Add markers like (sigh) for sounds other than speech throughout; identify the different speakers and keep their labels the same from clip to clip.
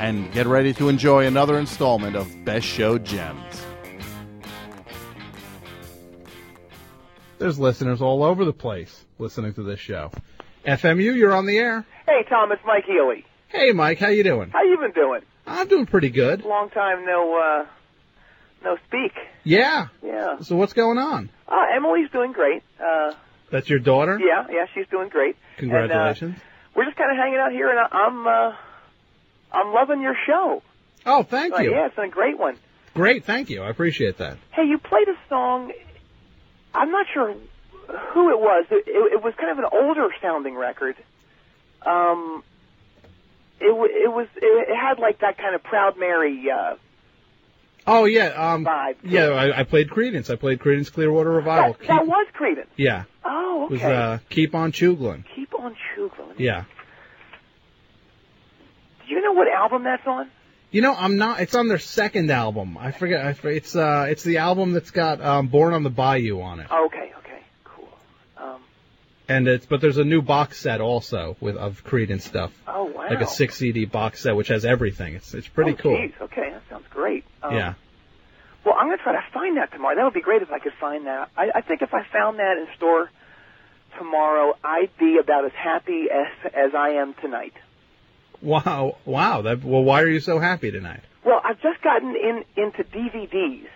Speaker 1: and get ready to enjoy another installment of Best Show Gems.
Speaker 2: There's listeners all over the place listening to this show. FMU, you're on the air.
Speaker 3: Hey, Tom, it's Mike Healy.
Speaker 2: Hey, Mike, how you doing?
Speaker 3: How you been doing?
Speaker 2: I'm doing pretty good.
Speaker 3: Long time no uh, no speak.
Speaker 2: Yeah.
Speaker 3: Yeah.
Speaker 2: So what's going on?
Speaker 3: Uh, Emily's doing great. Uh,
Speaker 2: That's your daughter.
Speaker 3: yeah, yeah, she's doing great. And, uh,
Speaker 2: Congratulations.
Speaker 3: we're just kind of hanging out here, and I- I'm uh, I'm loving your show.
Speaker 2: oh, thank
Speaker 3: Like,
Speaker 2: you.
Speaker 3: yeah, it's been a great one.
Speaker 2: Great, thank you. I appreciate that.
Speaker 3: Hey, you played a song. I'm not sure who it was. It, it, it was kind of an older sounding record. Um, it w- it was it, it had like that kind of Proud Mary. Uh,
Speaker 2: Oh yeah. Um.
Speaker 3: Vibe.
Speaker 2: Yeah, I, I played Credence. I played Credence Clearwater Revival.
Speaker 3: that, that
Speaker 2: Keep-
Speaker 3: was Creedence.
Speaker 2: yeah.
Speaker 3: Oh,
Speaker 2: It
Speaker 3: okay.
Speaker 2: was uh, Keep on Chuglin.
Speaker 3: Keep on chugging.
Speaker 2: Yeah.
Speaker 3: Do you know what album that's on?
Speaker 2: You know, I'm not. It's on their second album. I forget. I, forget- it's uh, it's the album that's got um, Born on the Bayou on it.
Speaker 3: Oh, Okay, okay, cool. Um,
Speaker 2: And it's but there's a new box set also with of Credence stuff,
Speaker 3: oh wow,
Speaker 2: like a six CD box set which has everything. It's it's pretty
Speaker 3: oh,
Speaker 2: cool.
Speaker 3: Geez. Okay, that sounds great. Um,
Speaker 2: Yeah.
Speaker 3: Well, I'm gonna try to find that tomorrow. That would be great if I could find that. I, I think if I found that in store tomorrow, I'd be about as happy as as I am tonight.
Speaker 2: Wow. Wow. That well, why are you so happy tonight?
Speaker 3: Well, I've just gotten in into DVDs.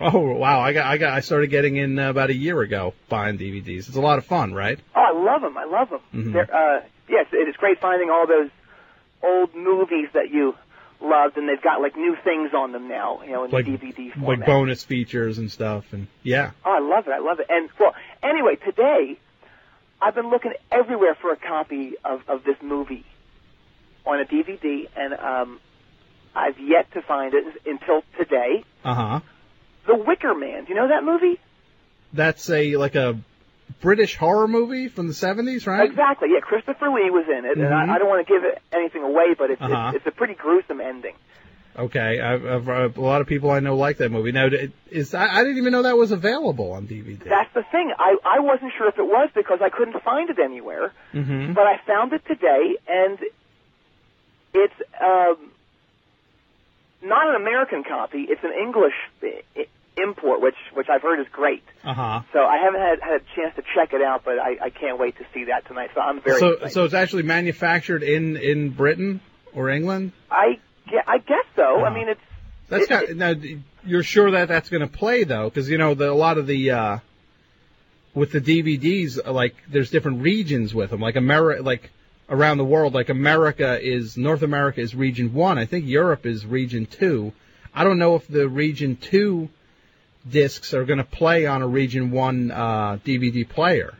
Speaker 2: Oh wow! I got I got I started getting in uh, about a year ago buying DVDs. It's a lot of fun, right?
Speaker 3: Oh, I love them. I love them.
Speaker 2: Mhm.
Speaker 3: They're, uh, yes, it is great finding all those old movies that you loved, and they've got like new things on them now. You know, in
Speaker 2: Like-
Speaker 3: the DVD format.
Speaker 2: Like bonus features and stuff. And yeah.
Speaker 3: Oh, I love it. I love it. And well, anyway, today I've been looking everywhere for a copy of of this movie on a DVD, and um, I've yet to find it until today.
Speaker 2: Uh huh.
Speaker 3: The Wicker Man. Do you know that movie?
Speaker 2: That's a like a British horror movie from the 70s, right?
Speaker 3: Exactly. Yeah, Christopher Lee was in it, and
Speaker 2: Mhm.
Speaker 3: I, I don't want to give it anything away, but it's,
Speaker 2: Uh-huh.
Speaker 3: it's it's a pretty gruesome ending.
Speaker 2: Okay, I've, I've, I've- a lot of people I know like that movie. Now, it- is I, I didn't even know that was available on DVD.
Speaker 3: That's the thing. I I wasn't sure if it was because I couldn't find it anywhere.
Speaker 2: hmm
Speaker 3: but I found it today, and it's um, not an American copy. It's an English i- i- import, which which I've heard is great.
Speaker 2: Uh huh.
Speaker 3: So I haven't had, had a chance to check it out, but I, I can't wait to see that tonight. So I'm very
Speaker 2: So,
Speaker 3: excited.
Speaker 2: so it's actually manufactured in in Britain or England.
Speaker 3: I ge- I guess so.
Speaker 2: Uh-huh.
Speaker 3: I mean, it's (laughs)
Speaker 2: That's
Speaker 3: It-
Speaker 2: got, now. d- You're sure that that's going to play though, because you know the, a lot of the uh, with the DVDs, uh, like there's different regions with them. Like America, like around the world, like America is North America is region one. I think Europe is region two. I don't know if the region two discs are going to play on a region one uh, DVD player.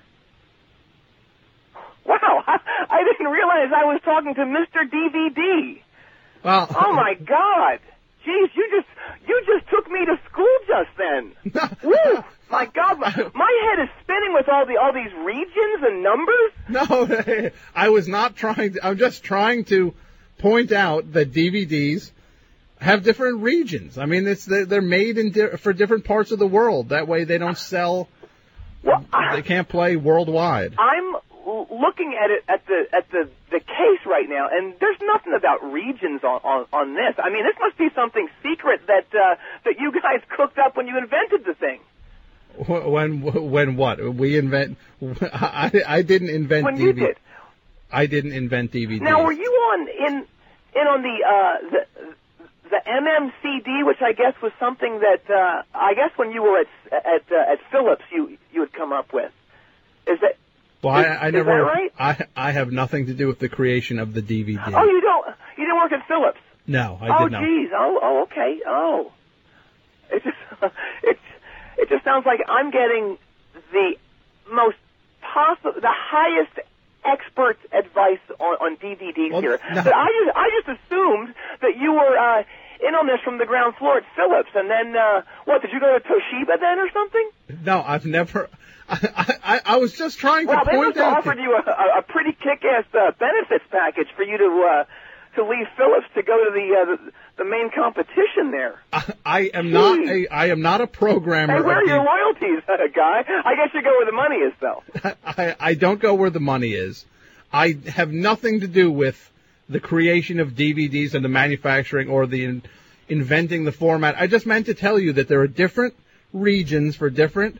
Speaker 3: wow. (laughs) I didn't realize I was talking to Mr. DVD.
Speaker 2: Well,
Speaker 3: Oh
Speaker 2: (laughs)
Speaker 3: my God. Jeez, you just you just took me to school just then. (laughs)
Speaker 2: (laughs)
Speaker 3: Woo! My God, my, my head is spinning with all the all these regions and numbers.
Speaker 2: (laughs) No, I was not trying to. I'm just trying to point out that DVDs have different regions. I mean, it's they're they're made in di- for different parts of the world. That way, they don't sell.
Speaker 3: Well,
Speaker 2: They
Speaker 3: I,
Speaker 2: can't play worldwide.
Speaker 3: I'm l- looking at it at the at the the case right now, and there's nothing about regions on on, on this. I mean, this must be something secret that uh, that you guys cooked up when you invented the thing.
Speaker 2: Wh- When when what we invent? (laughs) I I didn't invent
Speaker 3: When
Speaker 2: DVD.
Speaker 3: you did.
Speaker 2: I didn't invent DVDs.
Speaker 3: Now, were you on in in on the uh, the the MMCD, which I guess was something that uh, I guess when you were at at uh, at Phillips, you you had come up with. Is that
Speaker 2: well, I,
Speaker 3: is-
Speaker 2: I
Speaker 3: is
Speaker 2: never.
Speaker 3: that right?
Speaker 2: I I have nothing to do with the creation of the DVD.
Speaker 3: Oh, you don't you didn't work at Phillips.
Speaker 2: no, I
Speaker 3: oh,
Speaker 2: did not.
Speaker 3: geez. Oh, oh, okay. Oh, it just (laughs) it it just sounds like I'm getting the most possible, the highest expert advice on, on DVDs
Speaker 2: Well,
Speaker 3: here.
Speaker 2: no.
Speaker 3: But I just I just assumed that you were uh, from the ground floor at Phillips, and then uh, what? Did you go to Toshiba then or something?
Speaker 2: No, I've never. (laughs) I, I, I was just trying
Speaker 3: Well,
Speaker 2: to
Speaker 3: they
Speaker 2: point
Speaker 3: must have
Speaker 2: out.
Speaker 3: offered you a, a- a pretty kick-ass uh, benefits package for you to uh, to leave Phillips to go to the uh, the, the main competition there.
Speaker 2: I, I am not a. I am not a programmer.
Speaker 3: Hey, where
Speaker 2: of
Speaker 3: are your
Speaker 2: the-
Speaker 3: loyalties, (laughs) guy? I guess you go where the money is, though.
Speaker 2: I, I don't go where the money is. I have nothing to do with the creation of DVDs and the manufacturing or the in, inventing the format. I just meant to tell you that there are different regions for different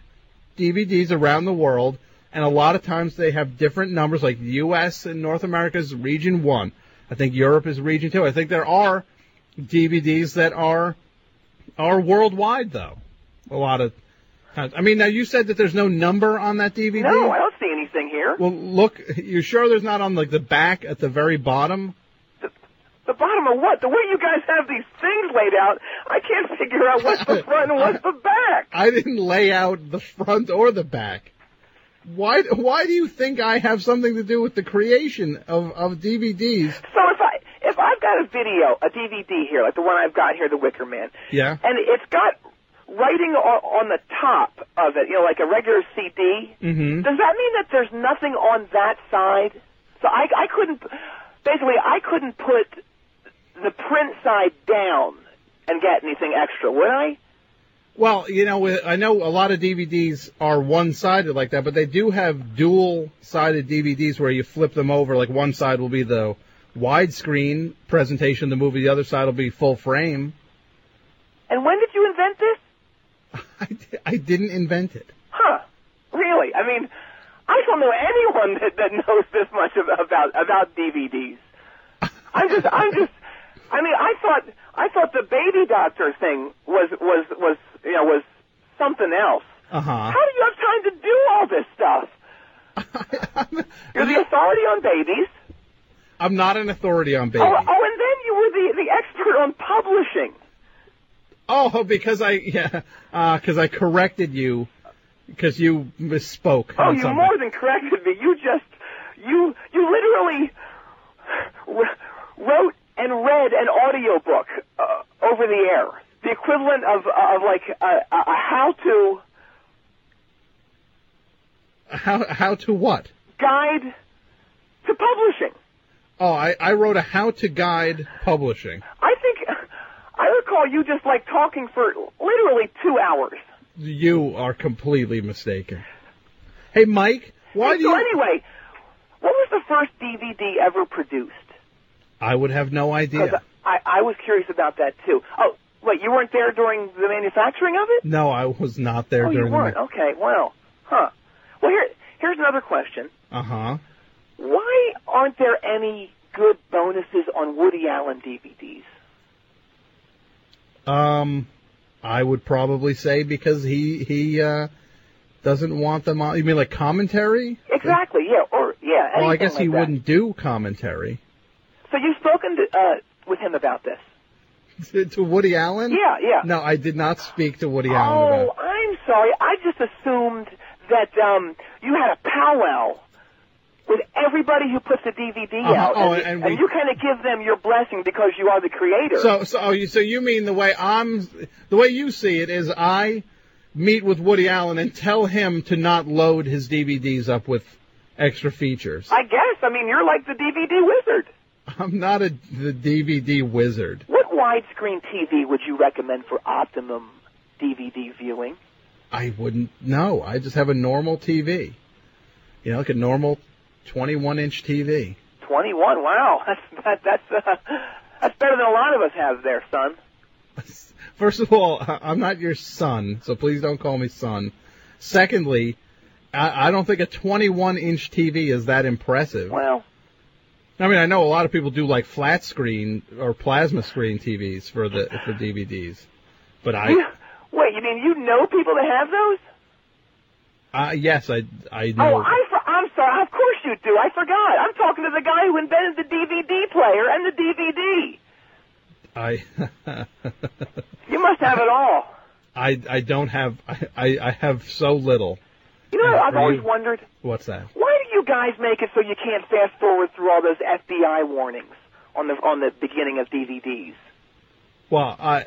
Speaker 2: DVDs around the world, and a lot of times they have different numbers. Like the U.S. and North America is region one. I think Europe is region two. I think there are DVDs that are are worldwide though. A lot of times. I mean, now you said that there's no number on that DVD.
Speaker 3: No, I don't see anything here.
Speaker 2: Well, look, you sure there's not on like the back at the very bottom?
Speaker 3: The bottom of what? The way you guys have these things laid out, I can't figure out what's the front and what's the back.
Speaker 2: I didn't lay out the front or the back. Why? Why do you think I have something to do with the creation of of DVDs?
Speaker 3: So if I if I've got a video, a DVD here, like the one I've got here, The Wicker Man,
Speaker 2: Yeah.
Speaker 3: and it's got writing on, on the top of it, you know, like a regular CD,
Speaker 2: Mm-hmm.
Speaker 3: does that mean that there's nothing on that side? So I I couldn't basically I couldn't put the print side down and get anything extra, would I?
Speaker 2: Well, you know, with- I know a lot of DVDs are one-sided like that, but they do have dual-sided DVDs where you flip them over. Like one side will be the widescreen presentation of the movie, the other side will be full frame.
Speaker 3: And when did you invent this?
Speaker 2: I, di- I didn't invent it.
Speaker 3: Huh? Really? I mean, I don't know anyone that, that knows this much ab- about about DVDs. I'm just, I'm just. I mean, I thought, I thought the baby doctor thing was was was you know was something else.
Speaker 2: Uh huh.
Speaker 3: How do you have time to do all this stuff? You're the authority on babies.
Speaker 2: I'm not an authority on baby.
Speaker 3: Oh, oh, and then you were the the expert on publishing.
Speaker 2: Oh, because I (laughs) yeah, because I corrected you because you misspoke.
Speaker 3: Oh,
Speaker 2: on
Speaker 3: you
Speaker 2: something.
Speaker 3: more than corrected me. You just, you, you literally wr- wrote and read an audiobook uh, over the air, the equivalent of uh, of like a, a how-to
Speaker 2: how how to what?
Speaker 3: guide to publishing.
Speaker 2: Oh, I, I wrote a how to guide publishing.
Speaker 3: I think I recall you just like talking for literally two hours.
Speaker 2: You are completely mistaken. Hey, Mike, why do
Speaker 3: so
Speaker 2: you?
Speaker 3: anyway, what was the first DVD ever produced?
Speaker 2: I would have no
Speaker 3: 'Cause
Speaker 2: idea.
Speaker 3: I, I was curious about that too. Oh, wait, you weren't there during the manufacturing of it?
Speaker 2: No, I was not there
Speaker 3: Oh, you
Speaker 2: during
Speaker 3: weren't.
Speaker 2: the.
Speaker 3: Okay. Wow. Huh. Well, here here's another question.
Speaker 2: Uh huh.
Speaker 3: Why aren't there any good bonuses on Woody Allen DVDs?
Speaker 2: Um, I would probably say because he he uh doesn't want them on. You mean like commentary?
Speaker 3: Exactly. Yeah. Or yeah.
Speaker 2: Well, I
Speaker 3: anything
Speaker 2: guess
Speaker 3: like
Speaker 2: he
Speaker 3: that.
Speaker 2: wouldn't do commentary (laughs)
Speaker 3: So you've spoken to, uh, with him about this?
Speaker 2: to, to Woody Allen.
Speaker 3: Yeah. Yeah.
Speaker 2: No, I did not speak to Woody Allen about.
Speaker 3: oh,
Speaker 2: it.
Speaker 3: I'm sorry. I just assumed that um, you had a powwow with everybody who puts the DVD
Speaker 2: Uh-huh.
Speaker 3: out,
Speaker 2: Oh,
Speaker 3: and,
Speaker 2: and
Speaker 3: you-
Speaker 2: we-
Speaker 3: you kind of give them your blessing because you are the creator.
Speaker 2: So, so, oh, you, so you mean the way I'm, the way you see it is I meet with Woody Allen and tell him to not load his DVDs up with extra features.
Speaker 3: I guess. I mean, you're like the DVD wizard.
Speaker 2: I'm not a the DVD wizard.
Speaker 3: What widescreen TV would you recommend for optimum DVD viewing?
Speaker 2: I wouldn't know. I just have a normal TV. You know, like a normal 21 inch TV.
Speaker 3: 21. Wow, (laughs) that's that, that's uh, that's better than a lot of us have there, son.
Speaker 2: First of all, I- I'm not your son, so please don't call me son. Secondly, I I don't think a 21 inch TV is that impressive.
Speaker 3: Well,
Speaker 2: I mean, I know a lot of people do like flat screen or plasma screen TVs for the for DVDs, but
Speaker 3: you,
Speaker 2: I,
Speaker 3: wait, you mean you know people that have those?
Speaker 2: I yes, I I know.
Speaker 3: Oh, I for, I'm sorry. Of course you do. I forgot. I'm talking to the guy who invented the DVD player and the DVD.
Speaker 2: I I (laughs)
Speaker 3: You must have it all.
Speaker 2: I, don't have I, I I have so little.
Speaker 3: You know,
Speaker 2: Yeah,
Speaker 3: I've
Speaker 2: for
Speaker 3: always
Speaker 2: you.
Speaker 3: wondered
Speaker 2: What's that?
Speaker 3: why do you guys make it so you can't fast forward through all those FBI warnings on the on the beginning of DVDs?
Speaker 2: Well, I,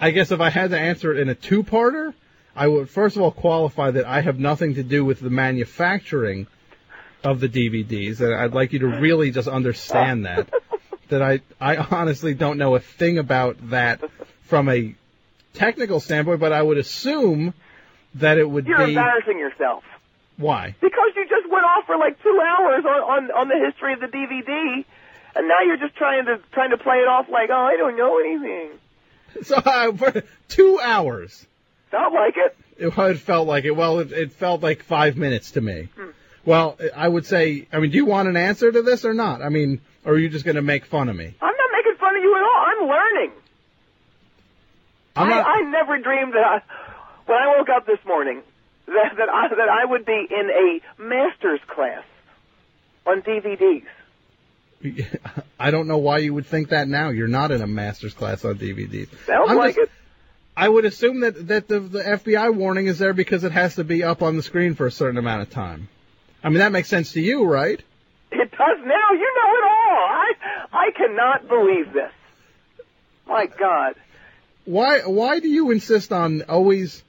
Speaker 2: I guess if I had to answer it in a two-parter, I would first of all qualify that I have nothing to do with the manufacturing of the DVDs, and I'd like you to really just understand that. that I, I honestly don't know a thing about that from a technical standpoint, but I would assume that it would
Speaker 3: You're
Speaker 2: be
Speaker 3: embarrassing yourself
Speaker 2: why. (laughs)
Speaker 3: because you just went off for like two hours on, on on the history of the DVD, and now you're just trying to trying to play it off like, oh, I don't know anything.
Speaker 2: So I, for two hours.
Speaker 3: Not like it.
Speaker 2: It, it felt like it. Well, it, it felt like five minutes to me. Well, I would say. I mean, do you want an answer to this or not? I mean, or are you just going to make fun of me?
Speaker 3: I'm not making fun of you at all. I'm learning.
Speaker 2: I'm not. (laughs)
Speaker 3: I, I never dreamed that I, when I woke up this morning that that I, that I would be in a master's class on DVDs.
Speaker 2: I don't know why you would think that now. You're not in a master's class on DVDs.
Speaker 3: Sounds
Speaker 2: I'm
Speaker 3: like
Speaker 2: just-
Speaker 3: it.
Speaker 2: I would assume that that the, the FBI warning is there because it has to be up on the screen for a certain amount of time. I mean, that makes sense to you, right?
Speaker 3: It does now. You know it all. I I cannot believe this. My God.
Speaker 2: Why why do you insist on always?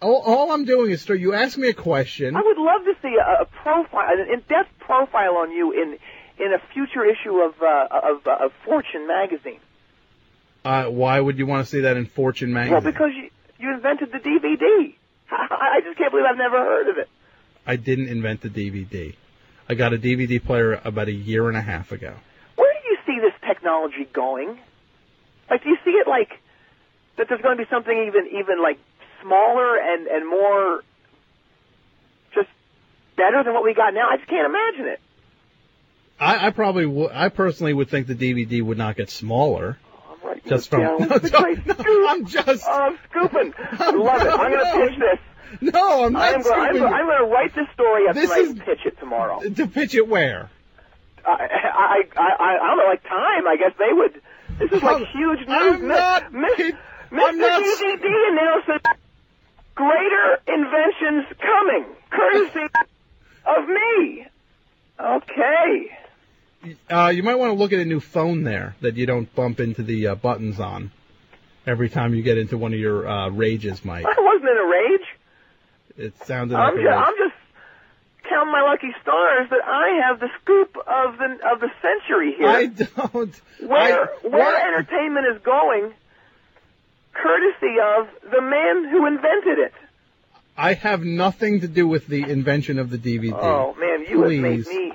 Speaker 2: All, all I'm doing is, sir, you ask me a question.
Speaker 3: I would love to see a, a profile, an in-depth profile on you in in a future issue of uh, of, uh, of Fortune magazine.
Speaker 2: Uh, why would you want to see that in Fortune magazine?
Speaker 3: Well, because you you invented the DVD. (laughs) I, I just can't believe I've never heard of it.
Speaker 2: I didn't invent the DVD. I got a DVD player about a year and a half ago.
Speaker 3: Where do you see this technology going? Like, do you see it like that? There's going to be something even even like smaller and and more just better than what we got now. I just can't imagine it.
Speaker 2: I, I probably, w- I personally would think the DVD would not get smaller. (laughs)
Speaker 3: I'm writing
Speaker 2: Just
Speaker 3: this
Speaker 2: from.
Speaker 3: down.
Speaker 2: (laughs) No,
Speaker 3: It's like,
Speaker 2: don't- no, I'm just.
Speaker 3: Oh, I'm
Speaker 2: (laughs)
Speaker 3: scooping. I love it. I'm going to pitch this.
Speaker 2: No, I'm
Speaker 3: I
Speaker 2: not
Speaker 3: am going, I'm,
Speaker 2: scooping
Speaker 3: going, I'm going to write this story up
Speaker 2: This
Speaker 3: tonight
Speaker 2: is-
Speaker 3: and pitch it tomorrow.
Speaker 2: you. To pitch it where?
Speaker 3: I, I, I, I, I don't know, like time. I guess they would. This is like
Speaker 2: I'm-
Speaker 3: huge news.
Speaker 2: I'm
Speaker 3: Miss-
Speaker 2: not
Speaker 3: Miss-
Speaker 2: kid-
Speaker 3: Mr.
Speaker 2: I'm not s-
Speaker 3: DVD announces greater inventions coming, courtesy of me. Okay.
Speaker 2: Uh, you might want to look at a new phone there that you don't bump into the uh, buttons on every time you get into one of your uh, rages, Mike.
Speaker 3: I wasn't in a rage.
Speaker 2: It sounded like
Speaker 3: I'm
Speaker 2: a
Speaker 3: just,
Speaker 2: rage.
Speaker 3: I'm just counting my lucky stars that I have the scoop of the of the century here.
Speaker 2: I don't.
Speaker 3: where
Speaker 2: I,
Speaker 3: where
Speaker 2: what-
Speaker 3: entertainment is going, courtesy of the man who invented it.
Speaker 2: I have nothing to do with the invention of the DVD.
Speaker 3: Oh man, you have made
Speaker 2: Please.
Speaker 3: me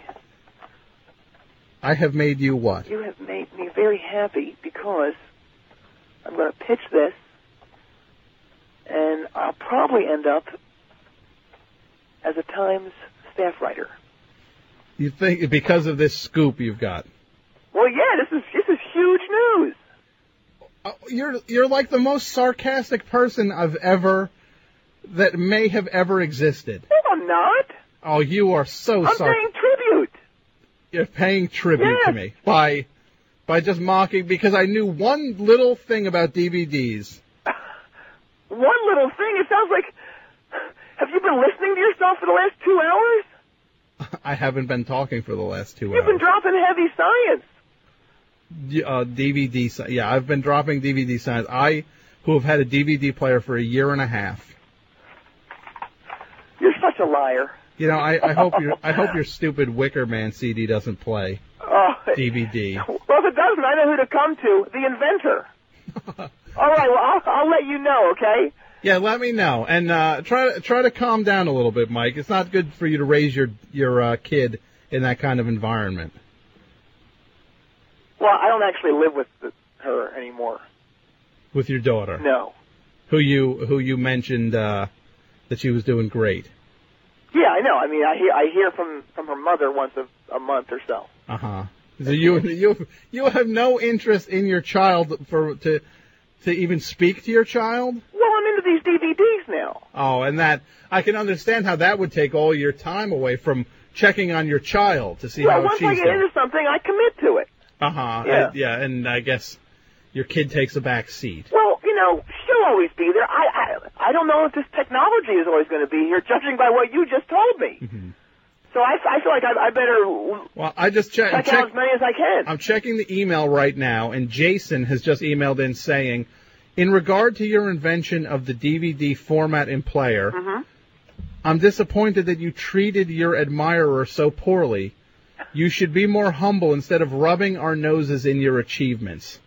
Speaker 2: I have made you what?
Speaker 3: you have made me very happy because I'm going to pitch this, and I'll probably end up as a Times staff writer.
Speaker 2: You think because of this scoop you've got?
Speaker 3: Well, yeah, this is this is huge news.
Speaker 2: Uh, You're you're like the most sarcastic person I've ever that may have ever existed.
Speaker 3: No, I'm not.
Speaker 2: Oh, you are so
Speaker 3: I'm
Speaker 2: sarc-
Speaker 3: paying tribute.
Speaker 2: You're paying tribute to
Speaker 3: Yes.
Speaker 2: me by by just mocking because I knew one little thing about DVDs.
Speaker 3: One little thing. It sounds like. Have you been listening to yourself for the last two hours?
Speaker 2: I haven't been talking for the last 2
Speaker 3: You've been
Speaker 2: hours.
Speaker 3: dropping heavy science.
Speaker 2: D- uh, DVD, si- yeah, I've been dropping DVD signs. I, who have had a DVD player for a year and a half.
Speaker 3: You're such a liar.
Speaker 2: You know, I, I hope your I hope your stupid Wicker Man CD doesn't play
Speaker 3: Oh,
Speaker 2: DVD.
Speaker 3: Well, if it doesn't, I know who to come to. The inventor. All right. Well, I'll, I'll let you know. Okay.
Speaker 2: Yeah, let me know and uh, try to try to calm down a little bit, Mike. It's not good for you to raise your your uh, kid in that kind of environment.
Speaker 3: Well, I don't actually live with the, her anymore.
Speaker 2: with your daughter,
Speaker 3: No.
Speaker 2: who you who you mentioned uh, that she was doing great.
Speaker 3: Yeah, I know. I mean, I hear I hear from from her mother once a, a month or so.
Speaker 2: Uh huh. So you (laughs) you you have no interest in your child for to to even speak to your child.
Speaker 3: Well, I'm into these DVDs now.
Speaker 2: Oh, and that I can understand how that would take all your time away from checking on your child to see
Speaker 3: well,
Speaker 2: how
Speaker 3: once I
Speaker 2: she's
Speaker 3: get
Speaker 2: doing.
Speaker 3: into something, I commit to it.
Speaker 2: Uh-huh.
Speaker 3: Yeah.
Speaker 2: Uh, yeah, and I guess your kid takes a back seat.
Speaker 3: Well, you know, she'll always be there.
Speaker 2: Mm-hmm.
Speaker 3: I I, I don't know if this technology is always going to be here, judging by what you just told me. So I, I feel like I, I better
Speaker 2: Well, I just check,
Speaker 3: check,
Speaker 2: check Um,
Speaker 3: out as many as I can.
Speaker 2: I'm checking the email right now, and Jason has just emailed in saying, in regard to your invention of the DVD format and player, I'm disappointed that you treated your admirer so poorly. You should be more humble instead of rubbing our noses in your achievements.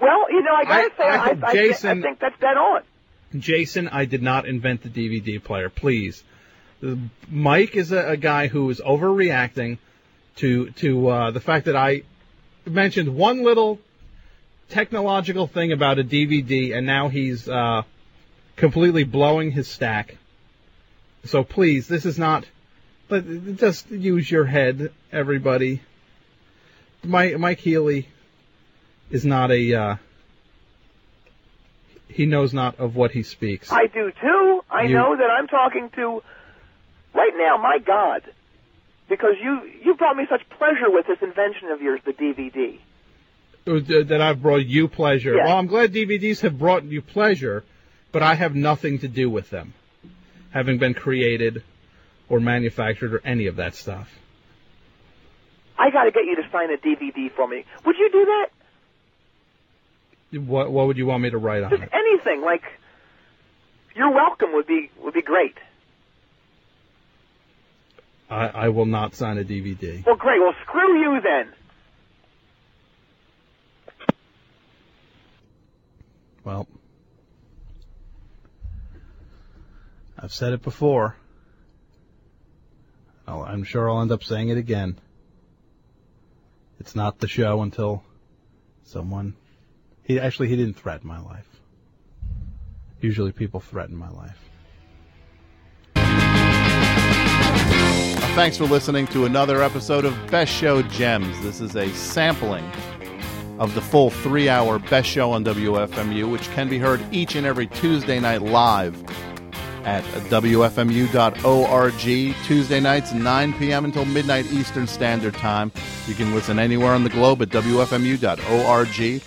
Speaker 3: well, you know, I gotta
Speaker 2: I-
Speaker 3: say,
Speaker 2: I
Speaker 3: I,
Speaker 2: think
Speaker 3: I,
Speaker 2: Jason-
Speaker 3: I think that's dead on.
Speaker 2: Jason, I did not invent the DVD player. Please, Mike is a, a guy who is overreacting to to uh, the fact that I mentioned one little technological thing about a DVD, and now he's uh, completely blowing his stack. So please, this is not. But just use your head, everybody. Mike Mike Healy is not a. Uh, he knows not of what he speaks.
Speaker 3: I do too. I
Speaker 2: You-
Speaker 3: know that I'm talking to right now. My God, because you you brought me such pleasure with this invention of yours, the DVD.
Speaker 2: Uh, th- that I've brought you pleasure.
Speaker 3: Yeah.
Speaker 2: Well, I'm glad DVDs have brought you pleasure, but I have nothing to do with them, having been created or manufactured or any of that stuff.
Speaker 3: I got to get you to sign a DVD for me. Would you do that?
Speaker 2: What What would you want me to write on
Speaker 3: Just
Speaker 2: it?
Speaker 3: anything like "You're welcome" would be would be great.
Speaker 2: I, I will not sign a DVD.
Speaker 3: Well, great. Well, screw you then.
Speaker 2: Well, I've said it before. I'll, I'm sure I'll end up saying it again. It's not the show until someone. He actually he didn't threaten my life. Usually people threaten my life.
Speaker 1: Uh, Thanks for listening to another episode of Best Show Gems. This is a sampling of the full three hour Best Show on WFMU, which can be heard each and every Tuesday night live at WFMU.org. Tuesday nights, 9 p.m. until midnight Eastern Standard Time. You can listen anywhere on the globe at WFMU.org.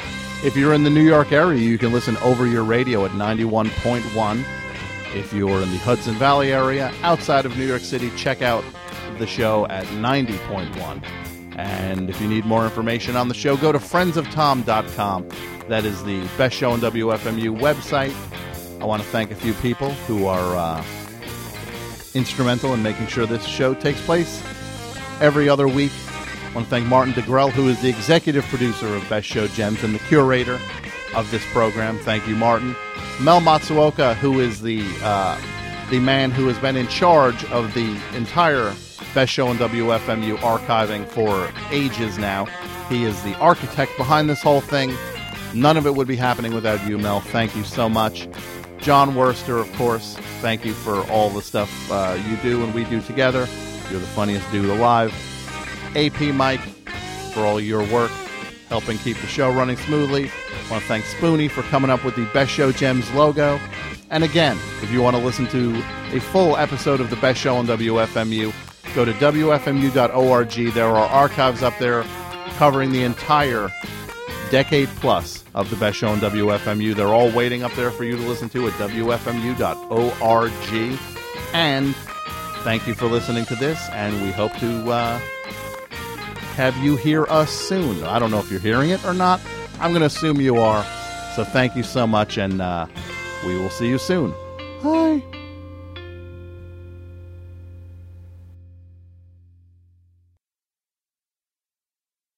Speaker 1: If you're in the New York area, you can listen over your radio at 91.1. If you're in the Hudson Valley area outside of New York City, check out the show at 90.1. And if you need more information on the show, go to friendsoftom.com. That is the best show on WFMU website. I want to thank a few people who are uh, instrumental in making sure this show takes place every other week. I want to thank Martin DeGrell, who is the executive producer of Best Show Gems and the curator of this program. Thank you, Martin. Mel Matsuoka, who is the uh, the man who has been in charge of the entire Best Show and WFMU archiving for ages now. He is the architect behind this whole thing. None of it would be happening without you, Mel. Thank you so much. John Worster, of course, thank you for all the stuff uh, you do and we do together. You're the funniest dude alive. AP Mike for all your work helping keep the show running smoothly. I want to thank Spoonie for coming up with the Best Show Gems logo. And again, if you want to listen to a full episode of the Best Show on WFMU, go to WFMU.org. There are archives up there covering the entire decade plus of the best show on WFMU. They're all waiting up there for you to listen to at WFMU.org. And thank you for listening to this, and we hope to uh, have you hear us soon. I don't know if you're hearing it or not. I'm going to assume you are. So thank you so much, and uh, we will see you soon. Bye.